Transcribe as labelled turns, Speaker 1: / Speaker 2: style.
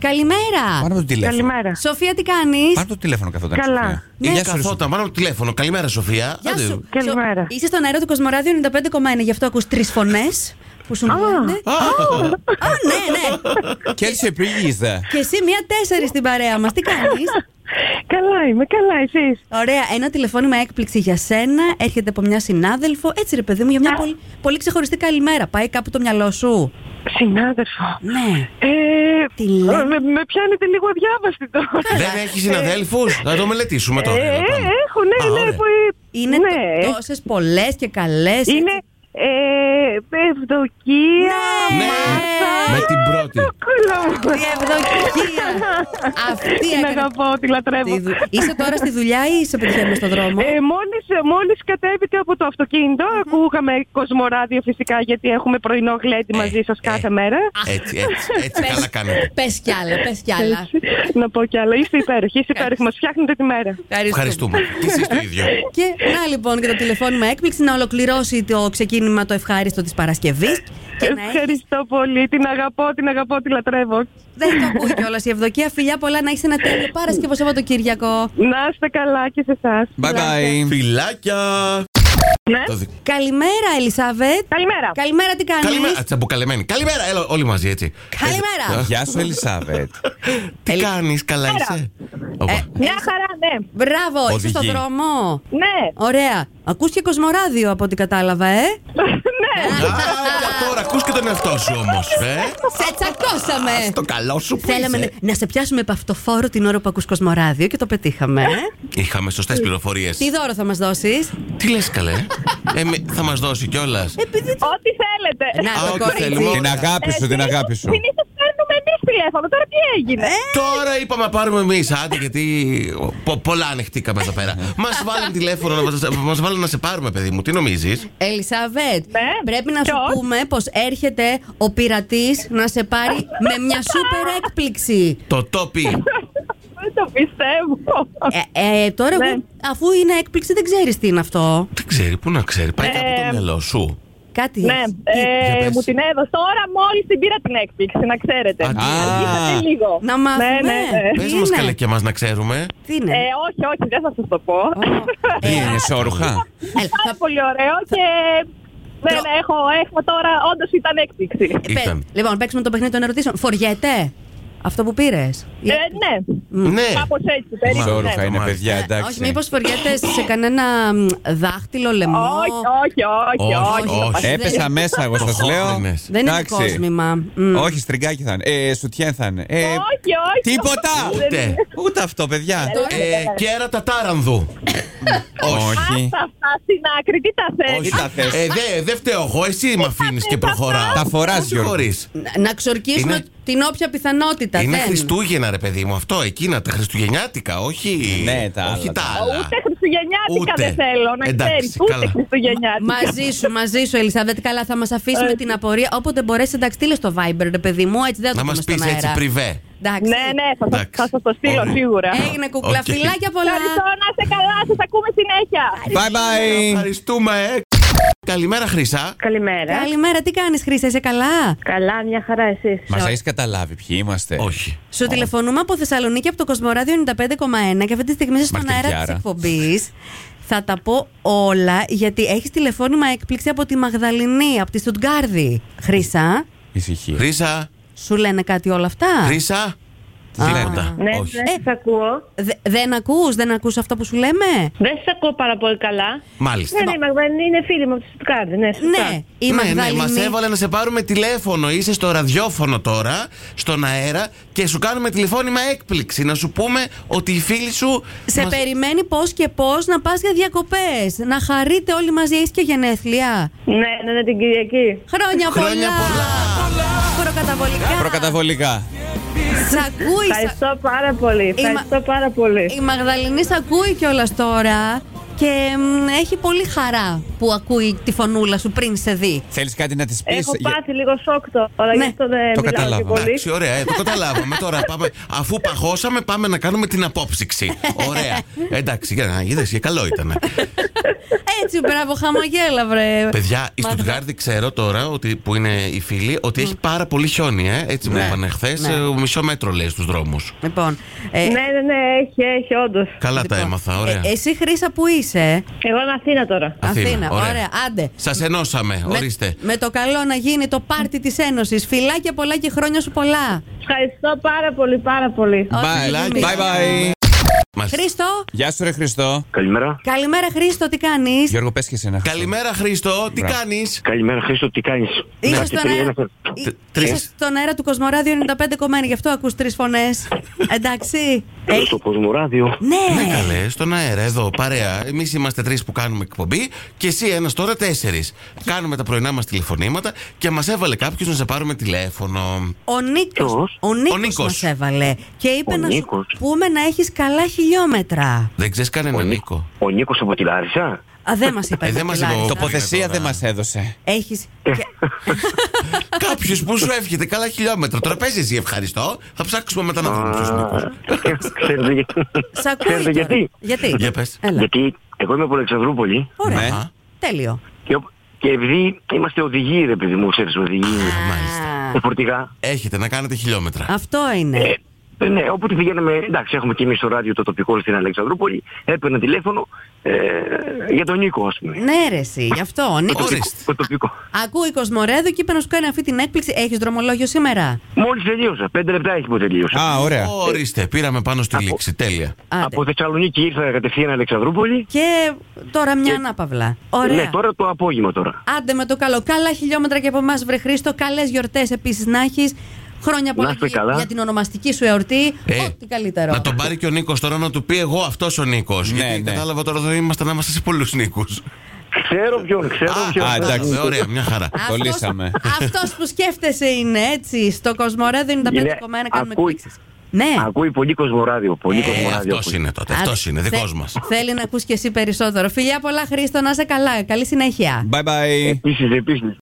Speaker 1: Καλημέρα!
Speaker 2: Πάνω από το τηλέφωνο.
Speaker 3: Καλημέρα.
Speaker 1: Σοφία, τι κάνεις.
Speaker 2: Πάνω από το τηλέφωνο καθόταν. η
Speaker 3: Καλά.
Speaker 2: Σοφία.
Speaker 4: Ε,
Speaker 1: Ναι,
Speaker 2: Γεια σου, ρε Σοφία.
Speaker 4: Καθόταν πάνω από το τηλέφωνο. Καλημέρα, Σοφία.
Speaker 1: Γεια
Speaker 4: Άντε.
Speaker 1: σου.
Speaker 3: Καλημέρα.
Speaker 1: Σο- Είσαι στον αέρα του Κοσμοράδιου 95,1. Γι' αυτό ακούς τρεις φωνές που σου μιλάνε. Α, ναι, ναι.
Speaker 2: Και έτσι επήγησα.
Speaker 1: Και εσύ μία τέσσερις στην παρέα μας. Τι κάνεις.
Speaker 3: Καλά είμαι, καλά εσείς.
Speaker 1: Ωραία, ένα τηλεφώνημα έκπληξη για σένα. Έρχεται από μια συνάδελφο. Έτσι, ρε παιδί μου, για μια πολύ, πολύ ξεχωριστή καλημέρα. Πάει κάπου το μυαλό σου.
Speaker 3: Συνάδελφο.
Speaker 1: Ναι.
Speaker 3: Ε,
Speaker 1: Τι λέει?
Speaker 3: ε, με, με πιάνετε λίγο αδιάβαστη τώρα.
Speaker 4: Δεν έχεις συναδέλφους. Να το μελετήσουμε τώρα.
Speaker 3: Ε,
Speaker 4: εδώ το πράγμα.
Speaker 3: έχω, ναι,
Speaker 4: Α,
Speaker 3: ναι.
Speaker 4: ωραία.
Speaker 3: που, ε,
Speaker 1: Είναι
Speaker 3: ναι.
Speaker 1: τόσες πολλές και καλές.
Speaker 3: Είναι ε, Ευδοκία,
Speaker 1: Ναι.
Speaker 3: Μάρθα.
Speaker 4: Με την πρώτη.
Speaker 3: Το κούλο μου.
Speaker 1: Η ευδοκία. Αυτή
Speaker 3: Την
Speaker 1: έκανε-
Speaker 3: αγαπώ, τη λατρεύω.
Speaker 1: Τη δου- Είσαι τώρα στη δουλειά ή σε πετυχαίνουμε στον δρόμο.
Speaker 3: Ε, μόλις, μόλις κατέβηκα από το αυτοκινητο ακούγαμε κοσμοράδιο φυσικά γιατί έχουμε πρωινό γλέντι
Speaker 4: Ε,
Speaker 3: μαζί σας
Speaker 4: ε.
Speaker 3: κάθε μέρα.
Speaker 4: Έτσι, έτσι, έτσι
Speaker 1: Πες-
Speaker 4: καλά κάνετε.
Speaker 1: Πες κι άλλα, πες κι άλλα.
Speaker 3: Να πω κι άλλα. Είστε υπέροχοι, είστε υπέροχοι. Μας φτιάχνετε τη μέρα.
Speaker 4: Ευχαριστούμε. Και εσείς το ίδιο.
Speaker 1: Και να λοιπόν και το τηλεφώνημα έκπληξη να ολοκληρώσει το ξεκίνημα το ευχάριστο της Παρασκευής και να έχεις,
Speaker 3: Ευχαριστώ πολύ. Την αγαπώ, την αγαπώ, τη λατρεύω.
Speaker 1: δεν το ακούει κιόλας η Ευδοκία φιλιά πολλά να έχεις ένα τέλειο Παρασκευό Σαββατοκύριακο
Speaker 3: Να είστε καλά και σε εσάς.
Speaker 2: Bye bye.
Speaker 4: Φιλάκια.
Speaker 3: Ναι.
Speaker 4: Το δι-
Speaker 1: Καλημέρα Ελισάβετ
Speaker 3: Καλημέρα.
Speaker 1: Καλημέρα τι κάνεις
Speaker 4: Καλημέρα. Τσαμποκαλεμένη. Καλημέρα, έλα όλοι μαζί έτσι. Ε,
Speaker 1: Καλημέρα
Speaker 2: Γεια σου, Ελισάβετ.
Speaker 4: Τι κάνεις, καλά είσαι. Οπα.
Speaker 3: Μια χαρά, ναι.
Speaker 1: Μπράβο είσαι στον
Speaker 4: Οδηγεί.
Speaker 1: δρόμο
Speaker 3: Ναι.
Speaker 1: Ωραία Ακούς και κοσμοράδιο από ό,τι κατάλαβα ε
Speaker 3: ναι.
Speaker 4: Α, για τώρα ακούς και τον εαυτό σου όμως. Ε.
Speaker 1: Σε τσακώσαμε
Speaker 4: Το ε. καλό σου που
Speaker 1: Ε, Θέλαμε
Speaker 4: είσαι.
Speaker 1: να- να σε πιάσουμε παυτοφόρο την ώρα που ακούς κοσμοράδιο και το πετύχαμε ε.
Speaker 4: Είχαμε σωστές πληροφορίες.
Speaker 1: Τι δώρο θα μας δώσεις
Speaker 4: Τι λες καλέ. Ε, με- θα μας δώσει κιόλας.
Speaker 1: Επειδή
Speaker 3: Ό,τι θέλετε. Ε,
Speaker 1: Να
Speaker 4: Α,
Speaker 1: Ε, το
Speaker 4: ό,τι
Speaker 1: κορίτσι Ε,
Speaker 4: θέλουμε.
Speaker 2: Την αγάπη σου, την αγάπη σου.
Speaker 3: Συνήθω παίρνουμε εμεί τηλέφωνο. Τώρα τι έγινε.
Speaker 1: Ε?
Speaker 4: Τώρα είπαμε να πάρουμε εμείς, άντε, γιατί πο- πολλά ανεχτήκαμε εδώ πέρα. Μας βάλουν τηλέφωνο, να μας- μας βάλουν να σε πάρουμε, παιδί μου. Τι νομίζεις.
Speaker 1: Ελισαβέτ,
Speaker 3: Ναι.
Speaker 1: πρέπει να σου
Speaker 3: Ποιος?
Speaker 1: πούμε πως έρχεται ο πειρατής να σε πάρει με μια σούπερ έκπληξη.
Speaker 4: Το τόπι.
Speaker 3: Δεν το πιστεύω.
Speaker 1: Ε, ε, τώρα,
Speaker 3: Ναι.
Speaker 1: εγώ, αφού είναι έκπληξη, δεν ξέρεις τι είναι αυτό.
Speaker 4: Δεν ξέρει, πού να ξέρει. Πάει κάπου
Speaker 3: Ε,
Speaker 4: το μυαλό σου.
Speaker 1: Κάτι.
Speaker 3: Ναι,
Speaker 4: για
Speaker 3: ε,
Speaker 4: πες.
Speaker 3: μου την έδωσε. Τώρα μόλις την πήρα την έκπληξη, να ξέρετε.
Speaker 4: Α,
Speaker 2: Α,
Speaker 3: Είχατε λίγο.
Speaker 1: Να μάθουμε. ναι.
Speaker 3: Ναι, ναι, ναι.
Speaker 1: τι
Speaker 4: Πες μας
Speaker 1: είναι?
Speaker 4: καλέ και εμά να ξέρουμε.
Speaker 1: Τι είναι.
Speaker 3: Ε, όχι, όχι, δεν θα σας το πω.
Speaker 4: Ε,
Speaker 2: τι είναι σόρουχα.
Speaker 1: Έλα, θα-
Speaker 3: Πάρα πολύ ωραίο και. Ναι,
Speaker 1: Τρο-
Speaker 3: ναι, έχω, έχω τώρα, όντως ήταν έκπληξη.
Speaker 1: παι-
Speaker 4: Ήταν.
Speaker 1: Λοιπόν, παίξουμε το παιχνίδι των ερωτήσεων. Φοριέται αυτό που πήρες.
Speaker 3: Ε, ναι,
Speaker 4: Ναι.
Speaker 3: κάπως έτσι, περίπου.
Speaker 2: Σόρουχα
Speaker 3: ναι.
Speaker 2: είναι, παιδιά,
Speaker 1: Όχι,
Speaker 2: εντάξει.
Speaker 1: μήπως φοριέται σε κανένα μ, δάχτυλο, λαιμό.
Speaker 3: Όχι, όχι, όχι,
Speaker 4: Όχι,
Speaker 3: όχι. θα
Speaker 4: όχι.
Speaker 3: πας.
Speaker 2: Έπεσα μέσα, εγώ σας λέω.
Speaker 4: Κόκκινες.
Speaker 1: Δεν είναι
Speaker 2: Εντάξει.
Speaker 1: κόσμημα. Μμ.
Speaker 2: Όχι, στριγκάκι θα είναι. Ε, σουτιέν θα είναι. Ε,
Speaker 3: Όχι, όχι.
Speaker 2: Τίποτα!
Speaker 4: Ούτε.
Speaker 2: Ούτε αυτό, παιδιά.
Speaker 4: Ε, Κέρατα τάρανδου.
Speaker 2: Όχι.
Speaker 3: Άστα αυτά στην άκρη, τι τα
Speaker 2: Τι
Speaker 3: θέλει.
Speaker 2: ε, τα θες.
Speaker 4: Ε, δε- δεν φταίω εγώ, εσύ με
Speaker 1: Ε,
Speaker 4: αφήνει και προχωράω.
Speaker 2: Τα φοράς,
Speaker 4: Με συγχωρείς.
Speaker 1: Να- Να ξορκίσουμε
Speaker 4: Είναι-
Speaker 1: την όποια πιθανότητα.
Speaker 4: Είναι
Speaker 1: δεν.
Speaker 4: Χριστούγεννα, ρε παιδί μου, αυτό. Εκείνα τα Χριστουγεννιάτικα, όχι.
Speaker 2: Ναι, τα
Speaker 4: όχι τα
Speaker 2: άλλα, τα
Speaker 4: άλλα.
Speaker 3: Ούτε χριστουγεννιάτικα
Speaker 4: Ούτε.
Speaker 3: δεν θέλω, να
Speaker 4: Εντάξει,
Speaker 3: ξέρεις. Ούτε
Speaker 4: καλά.
Speaker 3: χριστουγεννιάτικα.
Speaker 1: Μαζί σου, μαζί σου, Ελισάβετ. Καλά, θα μας αφήσουμε
Speaker 3: Ε,
Speaker 1: την απορία. Όποτε μπορέσεις, εντάξει, στείλε στο Viber, ρε παιδί μου, έτσι δεν θα
Speaker 4: Να
Speaker 1: το
Speaker 4: μα
Speaker 1: πούμε
Speaker 4: πει
Speaker 1: στον
Speaker 4: έτσι
Speaker 1: αέρα.
Speaker 4: πριβέ.
Speaker 1: Εντάξει.
Speaker 3: Ναι, ναι, θα, σας-
Speaker 4: Εντάξει.
Speaker 3: θα σας το στείλω
Speaker 4: Ωραία.
Speaker 3: σίγουρα.
Speaker 1: Έγινε κουκλά.
Speaker 4: Οκ.
Speaker 1: Φιλάκια πολλά.
Speaker 3: Ευχαριστώ, να είστε καλά, σας ακούμε συνέχεια.
Speaker 2: Bye bye.
Speaker 4: Ευχαριστούμε, ε. Καλημέρα, Χρυσά.
Speaker 5: Καλημέρα.
Speaker 1: Καλημέρα, τι κάνεις, Χρήσα, είσαι καλά.
Speaker 5: Καλά, μια χαρά εσείς. Ναι,
Speaker 2: Μα έχεις καταλάβει ποιοι είμαστε.
Speaker 4: Όχι.
Speaker 1: Σου τηλεφωνούμε από Θεσσαλονίκη από το Κοσμοράδιο 95,1 και αυτή τη στιγμή είσαι στον αέρα της
Speaker 2: Μαρτυριάρα.
Speaker 1: εκπομπής. Θα τα πω όλα γιατί έχεις τηλεφώνημα έκπληξη από τη Μαγδαληνή, από τη Στουτγκάρδη. Χρήσα,
Speaker 2: Ησυχία.
Speaker 4: Χρυσά,
Speaker 1: σου λένε κάτι όλα αυτά.
Speaker 4: Χρυσά. Τίποτα.
Speaker 5: Ναι,
Speaker 4: Όχι.
Speaker 5: δεν σας ακούω.
Speaker 1: Δε- δεν ακούς, δεν ακούς αυτό που σου λέμε.
Speaker 5: Δεν σας ακούω πάρα πολύ καλά.
Speaker 4: Μάλιστα.
Speaker 5: Ναι, ναι, η Μαγδαληνή είναι φίλη μου από τη Στουτκάρδη. Ναι,
Speaker 1: Ναι, η
Speaker 4: ναι, ναι,
Speaker 1: Μαγδαληνή.
Speaker 4: μα έβαλε να σε πάρουμε τηλέφωνο. Είσαι στο ραδιόφωνο τώρα, στον αέρα και σου κάνουμε τηλεφώνημα έκπληξη. Να σου πούμε ότι η φίλη σου.
Speaker 1: Σε
Speaker 4: μας-
Speaker 1: περιμένει πώς και πώς να πας για διακοπές. Να χαρείτε όλοι μαζί. Έχεις και γενέθλια.
Speaker 5: ναι, ναι, ναι, την Κυριακή.
Speaker 1: Χρόνια,
Speaker 4: Χρόνια
Speaker 1: πολλά. Προκαταβολικά.
Speaker 2: Προκαταβολικά.
Speaker 1: Σ' ακούει. σ'
Speaker 5: Ευχαριστώ πάρα πολύ. Ευχαριστώ πάρα πολύ.
Speaker 1: Η Μαγδαληνή σ' ακούει κιόλας τώρα. Και μ, έχει πολύ χαρά που ακούει τη φωνούλα σου πριν σε δει.
Speaker 2: Θέλεις κάτι να της πεις.
Speaker 5: Έχω πάθει λίγο σοκ τώρα, γι' αυτό δεν
Speaker 2: το
Speaker 5: μιλάω και
Speaker 2: καταλάβαμε.
Speaker 5: πολύ.
Speaker 4: Εντάξει, ωραία, ε, το καταλάβαμε. Τώρα πάμε, αφού παγώσαμε, πάμε να κάνουμε την απόψυξη. Ωραία. Εντάξει, για να είδες, καλό ήταν.
Speaker 1: Έτσι, μπράβο, χαμογέλα, βρε.
Speaker 4: Παιδιά, η
Speaker 1: Μα-
Speaker 4: Στουτγκάρδη ξέρω τώρα ότι, που είναι η φίλη ότι έχει πάρα πολύ χιόνι, ε. Έτσι μου
Speaker 2: Ναι.
Speaker 4: είπανε χθες.
Speaker 1: Ναι.
Speaker 4: Μισό μέτρο λέει στους δρόμους.
Speaker 1: Λοιπόν, ε,
Speaker 5: Ναι, ναι, ναι, έχει, έχει, όντως.
Speaker 4: Καλά τα
Speaker 1: λοιπόν,
Speaker 4: έμαθα, ωραία.
Speaker 1: ε, εσύ, Χρήσα, που είσαι, ε?
Speaker 5: Εγώ είμαι Αθήνα τώρα.
Speaker 4: Αθήνα, ωραία.
Speaker 1: ωραία, άντε.
Speaker 4: Σας ενώσαμε,
Speaker 1: Με-
Speaker 4: ορίστε.
Speaker 1: Με, το καλό να γίνει το πάρτι της Ένωσης. Φιλάκια πολλά και χρόνια σου πολλά.
Speaker 5: Ευχαριστώ πάρα πολύ, πάρα πολύ.
Speaker 1: Ό,τι
Speaker 2: Bye.
Speaker 1: γίνει.
Speaker 2: Bye bye.
Speaker 4: Μας-
Speaker 1: Χρήστο,
Speaker 2: Γεια σου, ρε Χριστό.
Speaker 6: Καλημέρα.
Speaker 1: καλημέρα Χρήστο, τι κάνεις.
Speaker 2: Γιώργο, πες και εσένα.
Speaker 4: Καλημέρα, Χρήστο. Τι
Speaker 2: Μπράβο.
Speaker 4: κάνεις.
Speaker 6: Καλημέρα, Χρήστο, τι κάνεις.
Speaker 1: Είσαι στον, αέρα... Ε,
Speaker 4: Τε-
Speaker 1: Εί-
Speaker 4: τρεις.
Speaker 1: Είσαι στον αέρα του Κοσμοράδιο 95,1, γι' αυτό ακούς τρεις φωνές. Εντάξει. Ε,
Speaker 6: Στο Κοσμοράδιο.
Speaker 4: Ναι,
Speaker 1: ναι.
Speaker 4: καλέ, στον αέρα, εδώ, παρέα. Εμείς είμαστε τρεις που κάνουμε εκπομπή και εσύ ένας τώρα τέσσερις. Κάνουμε τα πρωινά μας τηλεφωνήματα και μας έβαλε κάποιος να σε πάρουμε τηλέφωνο.
Speaker 1: Ο Νίκος,
Speaker 6: Ποιος?
Speaker 1: ο Νίκος,
Speaker 4: Ο Νίκος.
Speaker 1: μας έβαλε και είπε
Speaker 6: Ο
Speaker 1: να σου
Speaker 6: Νίκος.
Speaker 1: πούμε να έχεις καλά χιλιόμετρα.
Speaker 4: Δεν ξέρεις κανένα Νίκο.
Speaker 6: Ο Νίκος από τη Λάρισα.
Speaker 1: Α, δεν μας είπε.
Speaker 4: Ε, δεν
Speaker 1: το
Speaker 4: μας είπε
Speaker 1: κελάρισα.
Speaker 4: ο-
Speaker 2: Τοποθεσία
Speaker 4: Τώρα.
Speaker 2: δεν μας έδωσε.
Speaker 1: Έχεις...
Speaker 6: Ε.
Speaker 1: και-
Speaker 4: Κάποιος που σου εύχεται καλά χιλιόμετρα. Τώρα παίζεις εσύ, ευχαριστώ. Θα ψάξουμε μετά να βρούμε ποιο Νίκο.
Speaker 6: Ξέρετε γιατί.
Speaker 1: Σ' ακούει
Speaker 6: Ξέρετε
Speaker 1: τώρα.
Speaker 6: γιατί.
Speaker 1: Γιατί.
Speaker 4: Για πες.
Speaker 1: Έλα.
Speaker 6: Γιατί εγώ είμαι από Αλεξανδρούπολη
Speaker 1: Ωραία.
Speaker 2: Ναι.
Speaker 4: Α.
Speaker 1: Τέλειο.
Speaker 6: και, ο- και επειδή είμαστε οδηγοί, ρε παιδί μου, ξέρεις οδηγοί.
Speaker 1: Α,
Speaker 6: Τα φορτηγά.
Speaker 4: Έχετε να κάνετε χιλιόμετρα.
Speaker 1: Αυτό είναι.
Speaker 6: Ε, ε, ναι, όποτε πηγαίναμε, εντάξει, έχουμε και εμεί το ράδιο το τοπικό στην Αλεξανδρούπολη. Έπαιρνα τηλέφωνο ε, για τον Νίκο, ας πούμε.
Speaker 1: Ναι, ρε, εσύ, γι' αυτό. Ο Νίκος...
Speaker 4: Ορίστε.
Speaker 6: Το τοπικό.
Speaker 1: Ακούει Κοσμορέδο και είπε να σου κάνει αυτή την έκπληξη. Έχεις δρομολόγιο σήμερα.
Speaker 6: Μόλις τελείωσα. Πέντε λεπτά έχει που τελείωσα.
Speaker 2: Α, ωραία.
Speaker 4: Ορίστε, πήραμε πάνω στη λήξη. Τέλεια.
Speaker 1: Άντε.
Speaker 6: Από Θεσσαλονίκη ήρθα κατευθείαν Αλεξανδρούπολη.
Speaker 1: Και τώρα μια ανάπαυλα. Ωραία.
Speaker 6: Ναι, τώρα το απόγευμα τώρα.
Speaker 1: Άντε με το καλό. Καλά χιλιόμετρα και από εμάς, βρε Χρήστο. Καλές γιορτές επίσης να έχεις. Χρόνια πολλά
Speaker 6: Να είστε
Speaker 1: και
Speaker 6: καλά.
Speaker 1: για την ονομαστική σου εορτή.
Speaker 4: Ε,
Speaker 1: Ό,τι καλύτερο.
Speaker 4: Να τον πάρει και ο Νίκος τώρα να του πει εγώ αυτός ο Νίκος. γιατί
Speaker 2: ναι.
Speaker 4: κατάλαβα τώρα εδώ είμαστε να είμαστε σε πολλούς Νίκους.
Speaker 6: Ξέρω ποιον, ξέρω ποιον.
Speaker 2: α, εντάξει.
Speaker 4: Ωραία, μια χαρά.
Speaker 2: το λύσαμε.
Speaker 1: αυτός που σκέφτεσαι είναι έτσι. Στο Κοσμορέδο 95,1
Speaker 6: Είναι-
Speaker 1: κάνουμε
Speaker 6: ακούει.
Speaker 1: εκπλήξεις. Ναι.
Speaker 6: Ακούει πολύ κοσμοράδιο.
Speaker 2: Ε,
Speaker 6: Πολύ κοσμοράδιο.
Speaker 4: Αυτός Ε, είναι τότε.
Speaker 1: Άντε,
Speaker 4: Αυτό είναι
Speaker 1: θε-
Speaker 4: δικός μας.
Speaker 1: Θέλει να ακούς και εσύ περισσότερο. Φιλιά πολλά, Χρήστο, να είσαι καλά. Καλή συνέχεια.
Speaker 2: Bye bye.
Speaker 6: Επίσης, επίσης.